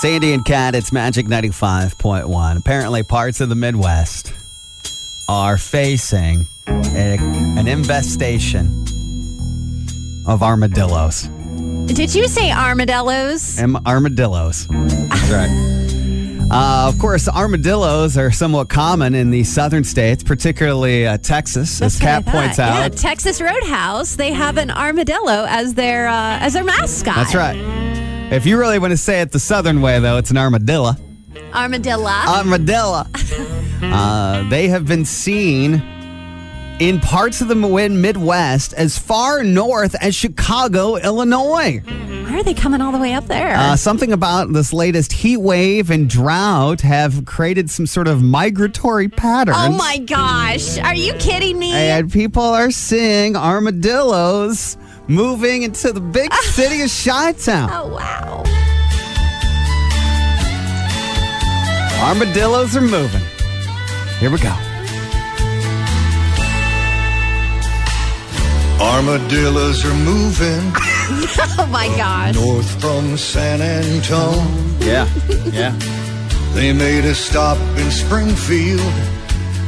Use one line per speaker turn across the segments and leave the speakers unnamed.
Sandy and Cat, it's Magic 95.1. Apparently, parts of the Midwest are facing a- an infestation of armadillos.
Did you say armadillos?
Am- armadillos.
That's right.
Uh, of course, armadillos are somewhat common in the southern states, particularly uh, Texas, as
That's what I
Cat points
thought.
out.
Yeah, Texas Roadhouse. They have an armadillo as their uh, as their mascot.
That's right. If you really want to say it the southern way, though, it's an armadillo.
Armadillo.
Armadillo. uh, they have been seen in parts of the Mid- Midwest as far north as Chicago, Illinois.
Why are they coming all the way up there?
Uh, something about this latest heat wave and drought have created some sort of migratory patterns.
oh my gosh! Are you kidding me?
And people are seeing armadillos moving into the big city of Chi Town.
oh wow! Oh.
Armadillos are moving. Here we go.
Armadillos are moving
Oh my gosh!
north from San Antone.
Yeah, yeah.
They made a stop in Springfield.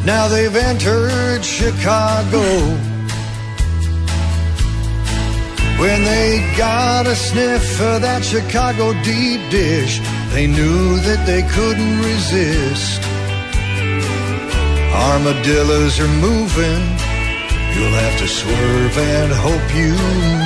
Now they've entered Chicago. When they got a sniff of that Chicago deep dish, they knew that they couldn't resist. Armadillos are moving. You'll have to swerve and hope you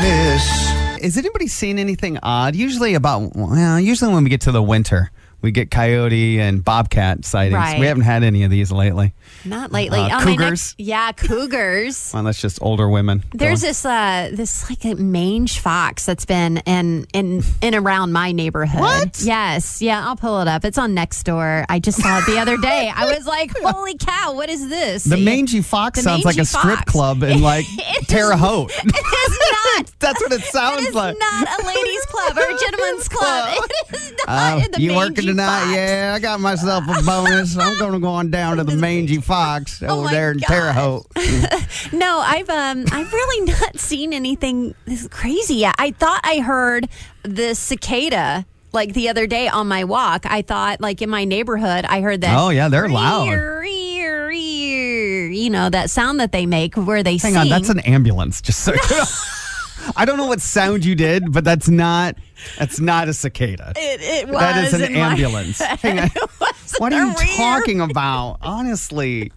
miss.
Has anybody seen anything odd? Usually about well, usually when we get to the winter, we get coyote and bobcat sightings.
Right.
We haven't had any of these lately.
Not lately.
Uh,
Oh, my
cougars?
neck- yeah, cougars.
Well, that's just older women.
There's this uh this like a mange fox that's been in in in around my neighborhood.
What?
Yes. Yeah, I'll pull it up. It's on next door. I just saw it the other day. I was like, "Holy cow, what is this?"
the mangy fox
The
sounds like a
mangy
strip
fox.
club in like
It is-
Terre Haute.
It is not.
that's what it sounds
It is
like.
not a ladies' club or a gentleman's club. It is not.
Uh,
the
you working
mangy
tonight?
fox.
Yeah, I got myself a bonus. I'm going to go on down to the mangy fox
Oh
over
my
there in Terre
gosh.
Haute.
No, I've um, I've really not seen anything this crazy yet. I thought I heard the cicada like the other day on my walk. I thought like in my neighborhood, I heard that.
Oh, yeah, they're loud.
You know that sound that they make where they
Hang
sing.
on, that's an ambulance. Just so I don't know what sound you did, but that's not that's not a cicada.
It, it was
that is an
in my-
ambulance. Hang on. What are you
Career.
talking about? Honestly,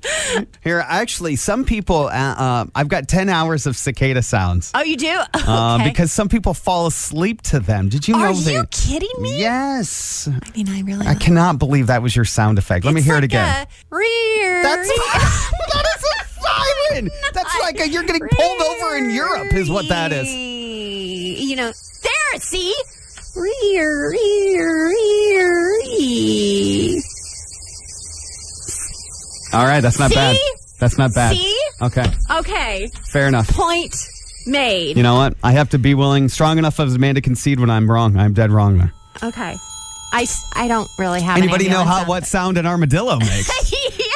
here actually, some people. Uh, uh, I've got ten hours of cicada sounds
Oh, you do? Okay.
uh, because some people fall asleep to them. Did you
are
know they?
you kidding me?
Yes,
I mean, I really.
I cannot believe that was your sound effect. Let me
It's
hear
like
it again.
a rear.
That's that is a siren. That's like a, you're getting pulled over in Europe, is what that is.
You know, there, see? Rear, rear, rear, ee.
All right, that's not
See?
bad. That's not bad.
See?
Okay,
Okay,
fair enough.
point made.
You know what? I have to be willing, strong enough of man to concede when I'm wrong. I'm dead wrong there.
Okay. I, s- I don't really have an
Anybody know
ambulance
how
out
what sound an armadillo makes?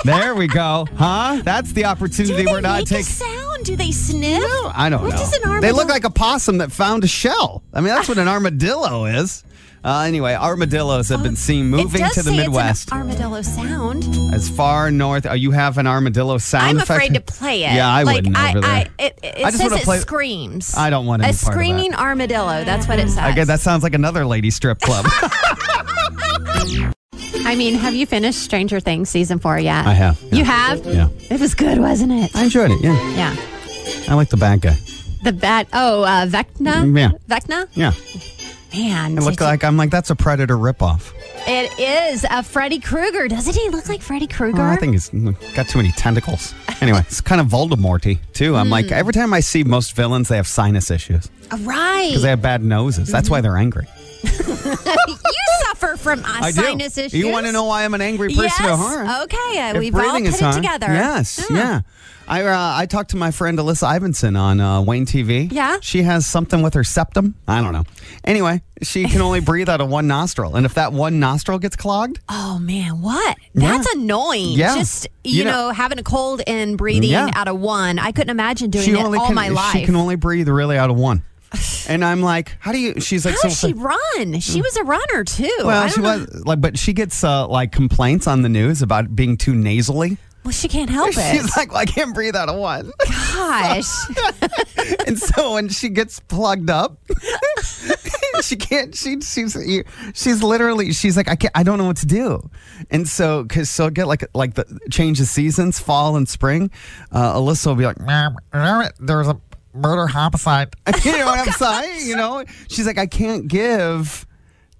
there.
there we go. Huh? That's the
Do
opportunity
they
we're not
make a
taking.
sound? Do they sniff?
I don't
what
know.
What does an armadillo?
They look like a possum that found a shell. I mean, that's what an armadillo is. Uh, anyway, armadillos have been seen
Oh, it
moving
does
to the
say
Midwest
It's an armadillo sound.
as far north. Oh, you have an armadillo sound
I'm
effect?
afraid to play it.
Yeah, I
like,
wouldn't
I,
over there.
I, it it
I just
says
wanna
it
play-
screams.
I don't want
a
any part of that.
screaming armadillo. That's what it says.
Again, that sounds like another lady strip club.
I mean, have you finished Stranger Things season four yet?
I have, yeah.
You have?
Yeah.
It was good, wasn't it?
I enjoyed it. Yeah,
Yeah.
I like the bad guy.
The bat. Oh, uh, Vecna.
Yeah.
Vecna.
Yeah,
Man,
it
did
looked
you-
like I'm like that's a predator ripoff.
it is a Freddy Krueger. Doesn't he look like Freddy Krueger?
Oh, I think he's got too many tentacles. Anyway, it's kind of Voldemorty too. I'm
Hmm.
like every time I see most villains, they have sinus issues
Right.
because they have bad noses. That's
Mm-hmm.
why they're angry.
you suffer from uh, sinus issues.
You want to know why I'm an angry person?
Yes.
All right.
Okay. Uh,
If
we've all
breathing
put
is
it
hard-
together. Oh,
Yes, yeah. I uh, I talked to my friend Alyssa Ivinson on uh, Wayne TV.
Yeah.
she has something with her septum. I don't know. Anyway, she can only breathe out of one nostril, and if that one nostril gets clogged,
Oh man, what? That's annoying.
Yeah.
Just you,
You know-
know, having a cold and breathing
Yeah.
out of one. I couldn't imagine doing
she
it
only
all
can
my life.
she can only breathe really out of one. And I'm like, how do you? She's like,
How does
so
she run? She was a runner too. I
Mm. well,
don't
she
know-
was like, but she gets uh, like complaints on the news about being too nasally.
Well, she can't help it.
She's like, well, I can't breathe out of one.
Gosh.
and so when she gets plugged up, she can't. She she's she's literally she's like I can't. I don't know what to do. And so because she'll get like like the change of seasons, fall and spring. Uh, Alyssa will be like, "Ma'am, there's a murder homicide. you know
Oh,
what I'm saying? You know, she's like I can't give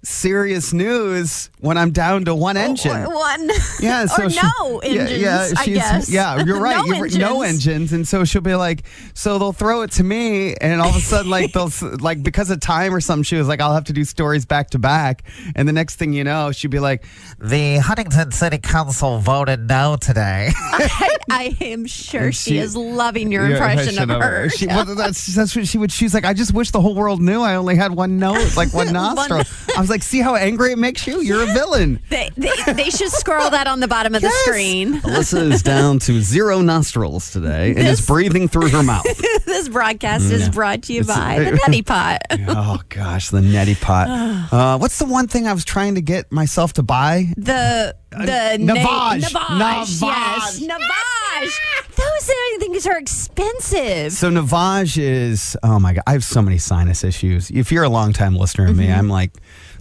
serious news when I'm down to one engine.
Oh, Or One.
Yeah, so
or
she-
no
yeah,
engines.
Yeah,
I
she's-
guess.
yeah, you're right.
no,
you're,
engines.
no engines, and so she'll be like, so they'll throw it to me, and all of a sudden, like they'll s- like because of time or something, she was like, I'll have to do stories back to back, and the next thing you know, she'd be like, the Huntington City Council voted no today.
I, I am sure she,
she-
is loving your impression, of her.
She, well, that's, that's what she would. She's like, I just wish the whole world knew I only had one nose, like one nostril. I was like, see how angry it makes you? You're a villain.
they, they, they should scroll that on the bottom of the screen.
Alyssa is down to zero nostrils today and
This-
is breathing through her mouth.
this broadcast is brought to you
It's-
by the Nutty Pot.
oh gosh, the neti pot. Uh, what's the one thing I was trying to get myself to buy?
The the na-
Uh, Navage.
Navage, yes,
Navage.
Navage. Those uh, things are expensive.
So Navage is oh my god, I have so many sinus issues. If you're a longtime listener to me,
Mm-hmm.
I'm like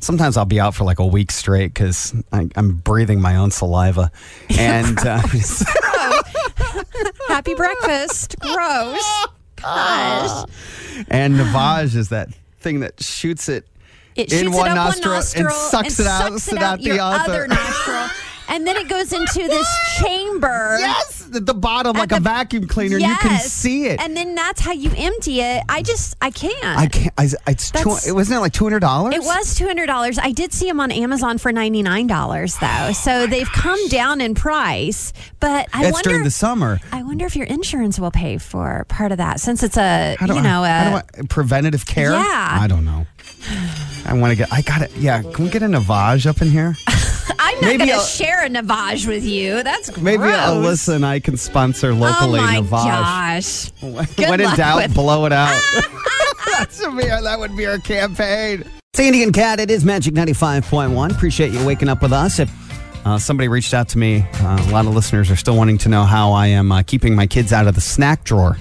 sometimes I'll be out for like a week straight because I'm breathing my own saliva, and uh,
Happy breakfast. Gross.
Ah.
Gosh.
and Navage is that thing that shoots it.
It
in
shoots
one,
it up
nostril
one nostril
and sucks
and
it out,
sucks
so
it out
that
your
the
other nostril, and then it goes into this chamber.
Yes, at the bottom like
the-
a vacuum cleaner. You can
Yes.
see it.
and then that's how you empty it. I just I can't.
I can't. I, it's two,
That's-
it wasn't it like two hundred dollars.
It was two hundred dollars. I did see them on Amazon for ninety nine dollars though, so they've come down in price. But I
That's
wonder.
during the summer.
I wonder if your insurance will pay for part of that, since it's a
How do
you
I-
know a,
how do I- preventative care.
Yeah.
I don't know. I want to get. I got it. Yeah. Can we get a Navage up in here?
I'm not
Maybe
going to
I'll-
share a Navage with you. That's
Maybe
gross.
Alyssa and I can sponsor
Oh
locally
my
Navage.
gosh! Good
when in
luck
doubt,
with-
blow it out. That's a mere- that would be our campaign. Sandy and Cat, it is Magic 95.1. Appreciate you waking up with us. If uh, somebody reached out to me, uh, a lot of listeners are still wanting to know how I am uh, keeping my kids out of the snack drawer.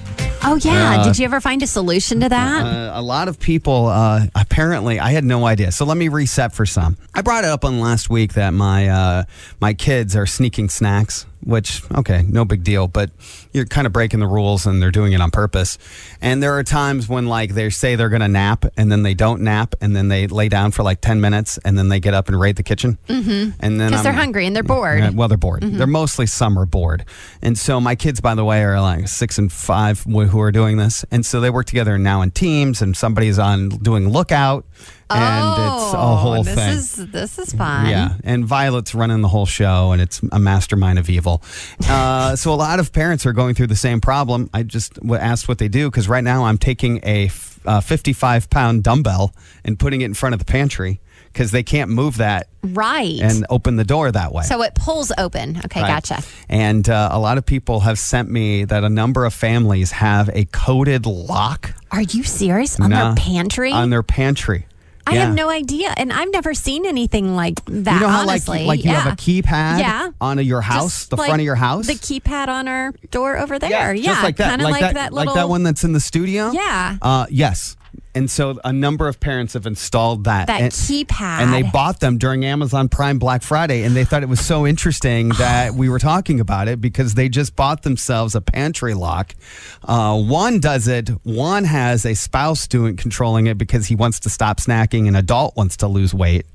Oh yeah!
Uh,
Did you ever find a solution to that?
Uh, a lot of people, uh, apparently, I had no idea. So let me reset for some. I brought it up on last week that my uh, my kids are sneaking snacks, which okay, no big deal. But you're kind of breaking the rules, and they're doing it on purpose. And there are times when like they say they're going to nap, and then they don't nap, and then they lay down for like ten minutes, and then they get up and raid the kitchen, mm-hmm. and then
Because they're
I'm-
hungry and they're bored.
yeah, well, they're bored.
Mm-hmm.
They're mostly summer bored. And so my kids, by the way, are like six and five wh- who are doing this. And so they work together now in teams, and somebody's on doing lookout, and it's a whole
Oh, this
thing.
Is, this is fun.
Yeah, and Violet's running the whole show, and it's a mastermind of evil. Uh, so a lot of parents are going through the same problem. I just w- asked what they do because right now I'm taking a f- uh, 55 pound dumbbell and putting it in front of the pantry because they can't move that
Right.
and open the door that way.
so it pulls open. Okay,
Right.
gotcha.
And uh, a lot of people have sent me that a number of families have a coded lock
Are you serious? On
Nah.
their pantry?
on their pantry.
I
Yeah.
have no idea, and I've never seen anything like that.
You know how
honestly,
like like you
yeah.
have a keypad
Yeah.
on your house,
Just
the
like
front of your house.
the keypad on our door over there.
Yeah,
Yeah,
just like that,
kind of
like, that,
little.
like that one that's in the studio.
Yeah.
Uh, yes. And so a number of parents have installed that
That
and,
keypad.
and they bought them during Amazon Prime Black Friday, and they thought it was so interesting that we were talking about it because they just bought themselves a pantry lock. Uh, one does it. One has a spouse doing controlling it because he wants to stop snacking, and adult wants to lose weight,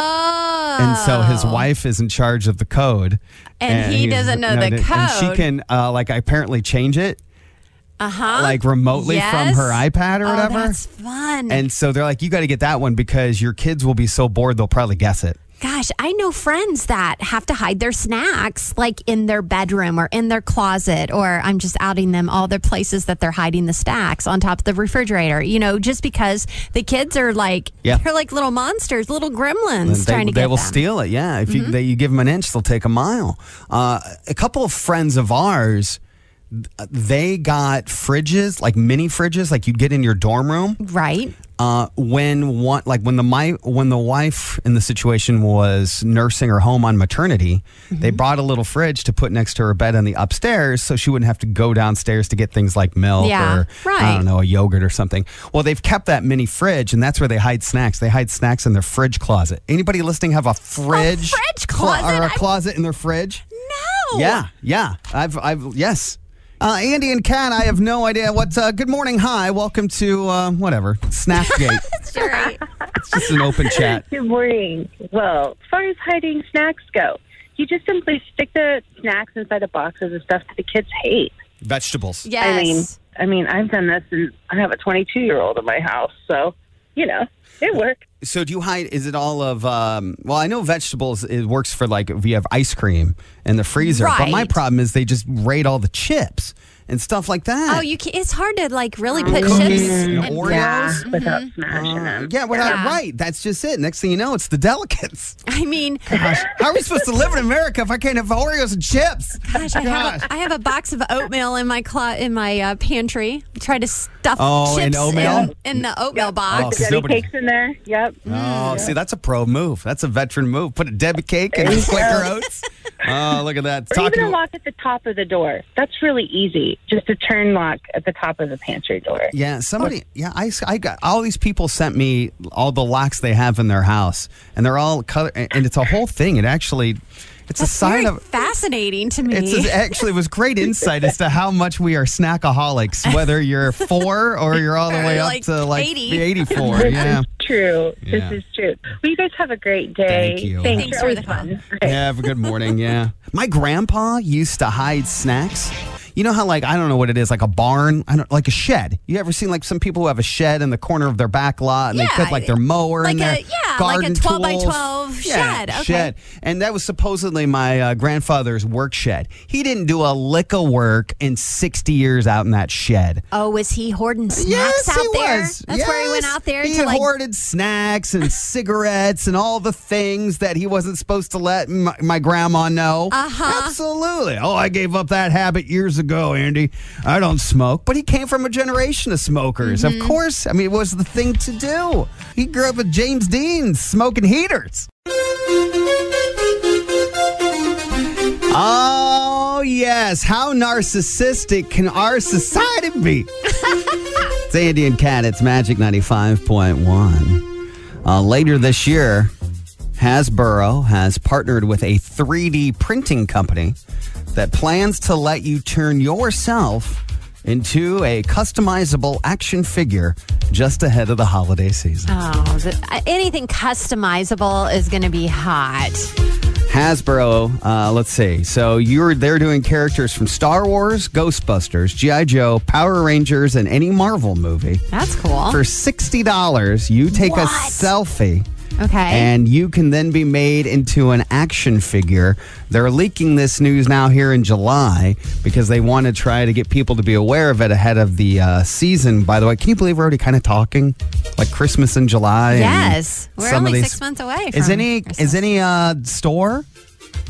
Oh,
and so his wife is in charge of the code,
And he
he's-
doesn't know the
And she
code.
can uh, like apparently change it
uh huh,
like remotely from her iPad or whatever.
Oh, that's fun.
And so they're like, you got to get that one because your kids will be so bored they'll probably guess it.
Gosh, I know friends that have to hide their snacks like in their bedroom or in their closet, or I'm just outing them all the places that they're hiding the snacks on top of the refrigerator, you know, just because the kids are like,
Yeah.
they're like little monsters, little gremlins
they,
trying to
they
get
will
them. Mm-hmm.
steal it. Yeah, if you, they, you give them an inch, they'll take a mile. Uh, a couple of friends of ours they got fridges, like mini fridges, like you'd get in your dorm room.
Right.
Uh, when one, like when the my, when the wife in the situation was nursing her home on maternity,
Mm-hmm.
they brought a little fridge to put next to her bed on the upstairs, so she wouldn't have to go downstairs to get things like milk
Yeah,
or I
right.
don't know a yogurt or something. Well, they've kept that mini fridge, and that's where they hide snacks. They hide snacks in their fridge closet. Anybody listening have a fridge,
fridge
clo-
closet?
or a
I-
closet in their fridge?
No.
Yeah, yeah. I've, I've, yes. Uh, Andy and Kat, I have no idea what. Uh, good morning. Hi. Welcome to uh, whatever. Snackgate.
Sure.
it's just an open chat.
Good morning. Well, as far as hiding snacks go, you just simply stick the snacks inside the boxes of stuff that the kids hate.
Vegetables.
Yes.
I mean, I mean, I've done this, and I have a 22 year old in my house, so you know it worked.
So do you hide? Is it all of? Um, well, I know vegetables. It works for like if you have ice cream in the freezer. But my
Right.
problem is they just raid all the chips and stuff like that.
oh, you can, it's hard to like really put
Cookies
chips.
and
in-
Oreos.
Yeah, without smashing them.
yeah, we're not
Yeah.
right. That's just it. Next thing you know, it's the delicates.
I mean,
Gosh, how are we supposed to live in America if I can't have Oreos and chips?
gosh, I have,
Gosh.
a, I have a box of oatmeal in my clo- in my uh, pantry. I try to stuff
Oh,
chips
and oatmeal?
in, in the oatmeal
Oh,
box.
Because
Debbie
nobody-
cakes in there. Yep.
Oh, see, that's a pro move. That's a veteran move. Put a Debbie cake and a Quaker Oats. Oh, look at that.
Or even a
to-
lock at the top of the door. That's really easy. Just a turn lock at the top of the pantry door.
yeah, somebody. Yeah, I, I got all these people sent me all the locks they have in their house, and they're all color, and and it's a whole thing. It actually, it's a
That's
sign
very
of.
fascinating to me.
It's a- actually it was great insight as to how much we are snackaholics, whether you're four or you're all the
Or
way
like
up to like
80.
84.
This
Yeah.
is true.
Yeah.
This is true. Well, you guys have a great day.
Thank you.
Thanks,
Thanks
for
for
always
the call.
fun.
Yeah, have a good morning. Yeah. My grandpa used to hide snacks. You know how like I don't know what it is, like a barn, I don't like a shed. You ever seen like some people who have a shed in the corner of their back lot and they
Yeah,
put like their mower
like
and
a-
their
yeah, like a
garden
12 by
tools.
12
Yeah,
shed. Okay.
shed. And that was supposedly my uh, grandfather's work shed. He didn't do a lick of work in 60 years out in that shed.
oh, was he hoarding snacks
Yes,
out
he
there?
was.
That's where he went
Yes.
out there
He
to like
hoarded snacks and cigarettes and all the things that he wasn't supposed to let my, my grandma know.
Uh-huh.
Absolutely. Oh, I gave up that habit years ago, Andy. I don't smoke, but he came from a generation of smokers. Of
Mm-hmm.
course, I mean it was the thing to do. He grew up with James Dean smoking heaters. Oh, yes. How narcissistic can our society be? it's Andy and Cat. It's Magic 95.1. Uh, later this year, Hasbro has partnered with a 3D printing company that plans to let you turn yourself into a customizable action figure just ahead of the holiday season.
Oh, the, uh, anything customizable is going to be hot.
Hasbro, uh, let's see. So you're they're doing characters from Star Wars, Ghostbusters, GI Joe, Power Rangers, and any Marvel movie.
That's cool.
For sixty dollars, you take a
What?
selfie.
Okay.
And you can then be made into an action figure. They're leaking this news now here in July because they want to try to get people to be aware of it ahead of the uh, season. By the way, can you believe we're already kind of talking like Christmas in July? and
Yes. We're
some of
only
these-
six months away.
Is
from
any
Christmas.
is any uh, store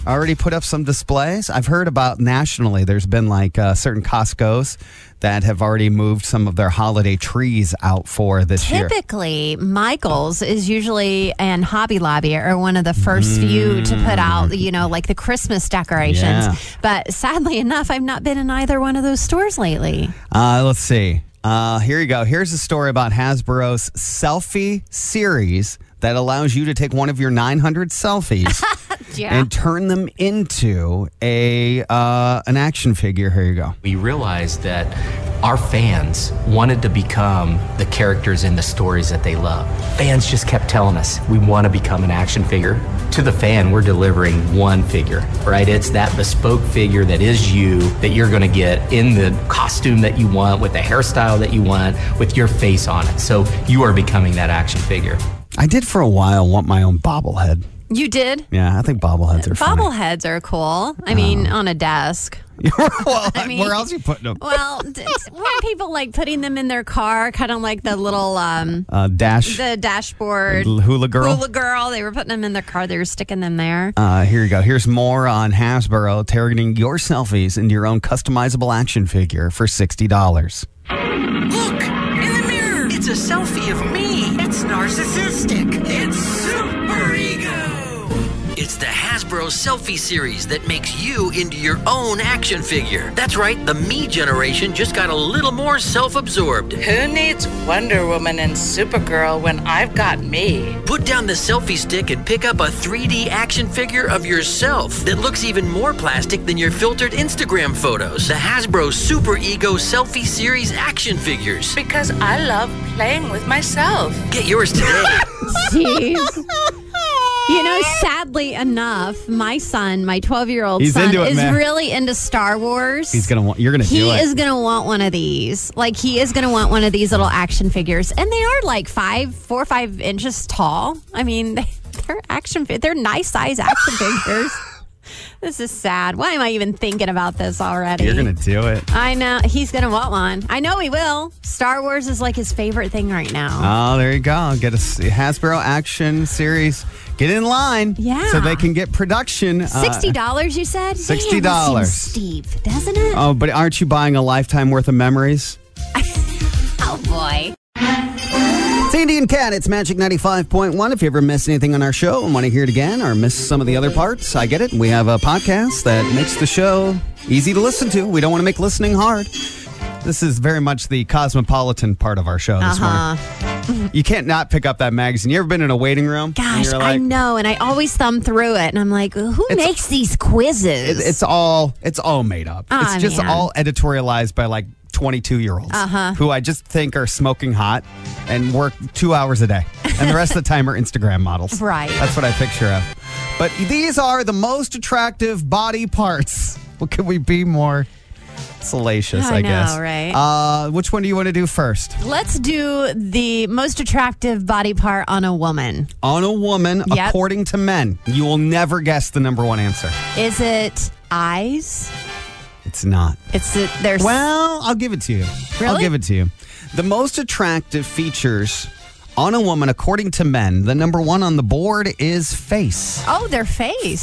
already put up some displays? I've heard about nationally. There's been like uh, certain Costco's that have already moved some of their holiday trees out for this year.
Typically, Michaels is usually and Hobby Lobby are one of the first few to put out, you know, like the Christmas decorations.
Mm. Yeah.
But sadly enough, I've not been in either one of those stores lately.
Uh, let's see. Uh, here you go. Here's a story about Hasbro's selfie series that allows you to take one of your 900 selfies
Yeah.
and turn them into a uh, an action figure. Here you go.
We realized that our fans wanted to become the characters in the stories that they love. Fans just kept telling us, we want to become an action figure. To the fan, we're delivering one figure, right? It's that bespoke figure that is you that you're going to get in the costume that you want, with the hairstyle that you want, with your face on it. So you are becoming that action figure.
I did for a while want my own bobblehead.
You did?
Yeah, I think bobbleheads are funny.
Bobbleheads are cool.
Oh.
I mean, on a desk.
well,
I mean-
where else you putting them?
Well, d- weren't people like putting them in their car, kind of like the little um
Uh, dash
the dashboard
hula girl.
hula girl? They were putting them in their car. They were sticking them there.
Uh, here you go. Here's more on Hasbro targeting your selfies into your own customizable action figure for sixty dollars.
Look in the mirror. It's a selfie of me. It's narcissistic. It's super ego. It's the Hasbro Selfie Series that makes you into your own action figure. That's right, the me generation just got a little more self absorbed.
Who needs Wonder Woman and Supergirl when I've got me?
Put down the selfie stick and pick up a 3D action figure of yourself that looks even more plastic than your filtered Instagram photos. The Hasbro Super Ego Selfie Series action figures.
Because I love playing with myself.
Get yours today.
Jeez. You know, sadly enough, my son, my 12 year old
He's
son,
into it,
is
man.
really into Star Wars.
He's gonna want. You're gonna
He
do it.
is going to want one of these. Like, he is going to want one of these little action figures. And they are like five, four or five inches tall. I mean, they, they're action, fi- they're nice size action figures. This is sad. Why am I even thinking about this already?
You're gonna do it.
I know. He's going to want one. I know he will. Star Wars is like his favorite thing right now.
Oh, there you go. Get a s- Hasbro action series. Get in line.
Yeah.
So they can get production. uh,
Sixty dollars, you said.
$60.
Damn, that seems steep, doesn't it?
oh, but aren't you buying a lifetime worth of memories?
oh boy.
Sandy and Cat, it's Magic 95.1. If you ever miss anything on our show and want to hear it again or miss some of the other parts, I get it. We have a podcast that makes the show easy to listen to. We don't want to make listening hard. This is very much the cosmopolitan part of our show this
Uh-huh.
morning. You can't not pick up that magazine. You ever been in a waiting room? and
Gosh,
you're
I
like,
know, and I always thumb through it, and I'm like, who
It's-
makes these quizzes?
It- it's all it's all made up.
Ah,
it's just
man. Uh-huh.
all editorialized by like 22 year olds who I just think are smoking hot and work two hours a day, and the rest of the time are Instagram models.
Right.
That's what I picture of. But these are the most attractive body parts. What could we be more salacious? I,
I know,
guess.
right?
Uh, which one do you want to do first?
Let's do the most attractive body part on a woman.
On a woman,
Yep.
according to men, you will never guess the number one answer.
Is it eyes?
It's not.
It's it, there's
Well, I'll give it to you. I'll
Really?
give it to you. The most attractive features on a woman, according to men, the number one on the board is face
oh their face.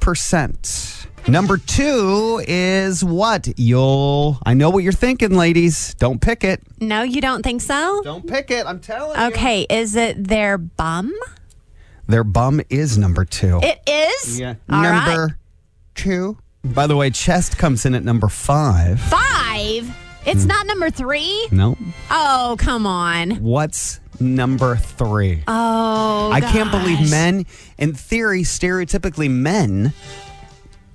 46%. Number two is what? You'll. I know what you're thinking, ladies. Don't pick it.
No, you don't think so?
Don't pick it. I'm telling you.
Okay, is it their bum?
Their bum is number two.
It is.
yeah.
All right.
number two. By the way, chest comes in at number five.
five. It's
Hmm.
not number three.
No.
Oh come on.
What's number three?
Oh,
I can't believe
gosh.
men, in theory, stereotypically men,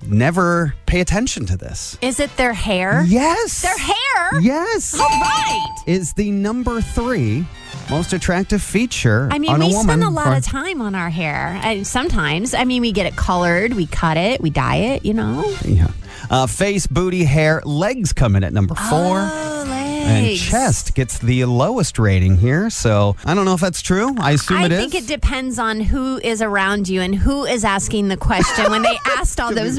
never pay attention to this.
Is it their hair?
Yes.
Their hair? Oh.
Yes.
All right.
Is the number three most attractive feature
I mean,
on a
we
woman.
spend a lot
or-
of time on our hair. And sometimes, I mean, we get it colored, we cut it, we dye it, you know?
Yeah. Uh, face, booty, hair, legs come in at number four.
Oh, legs.
And chest gets the lowest rating here. So I don't know if that's true. I assume
I
it is.
think it depends on who is around you and who is asking the question when they asked all those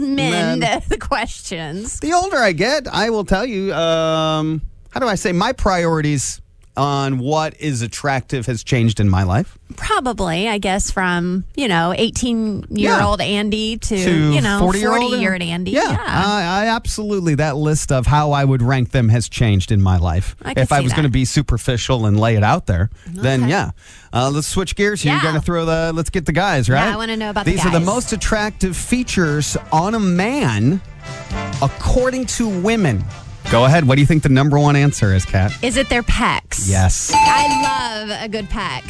Men.
men the, the questions.
the older I get, I will tell you, um, how do I say, my priorities on what is attractive has changed in my life
Probably, I guess, from, you know, 18 year old Andy to, you know, 40 year
-year-old.
old Andy.
Yeah, Uh, I, I absolutely. That list of how I would rank them has changed in my life.
I can
if I
see
was going to
that.
be superficial and lay it out there, then yeah. Uh, let's switch gears. here. You're
Yeah.
going to throw the. Let's get the guys right.
I wanna know about the
these are the
guys.
most attractive features on a man, according to women. Go ahead. What do you think the number one answer is, Kat?
Is it their pecs?
Yes.
I love a good peck.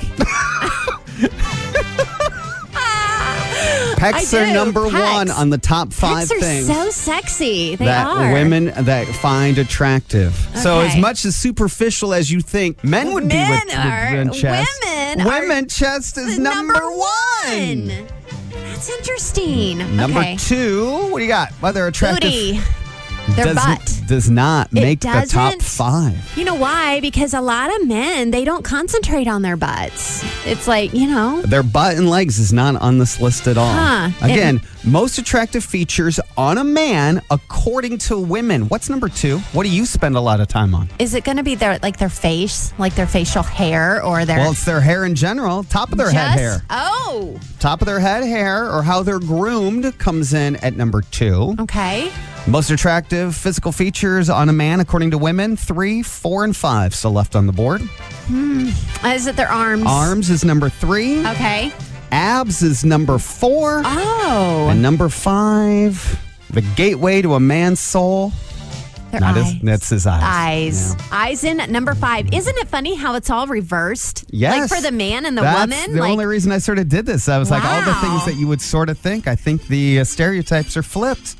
Pecs
I
are
do.
number
Pecs.
one on the top five
Pecs Ah, are
things.
so sexy. They
that
are.
women that find attractive. So
Okay.
as much as superficial as you think, men would be with,
Men
with-
are-
with chest.
women are
Women chest is
The
number, one.
one. That's interesting.
Number
okay.
two, what do you got? Other attractive
Booty. Their
does-
butt.
does not make the top
doesn't.
five.
You know why? Because a lot of men, they don't concentrate on their butts. It's like, you know,
Their butt and legs is not on this list at all.
Huh.
Again, most attractive features on a man according to women. What's number two? What do you spend a lot of time on?
is it going to be their like their face, like their facial hair or their
Well, it's their hair in general, top of their head
Just-
hair.
Oh,
Top of their head hair or how they're groomed comes in at number two.
okay.
Most attractive physical features on a man according to women, three, four, and five. So left on the board.
Is it their arms?
Arms is number three.
Okay.
Abs is number four.
Oh,
And number five, the gateway to a man's soul.
their
Not
eyes.
his, that's his eyes.
Eyes.
Yeah.
Eyes in at number five. Isn't it funny how it's all reversed?
Yes.
Like for the man and the
That's
woman?
The
like,
only reason I sort of did this, I was like, all the
Wow.
things that you would sort of think, I think the uh, stereotypes are flipped.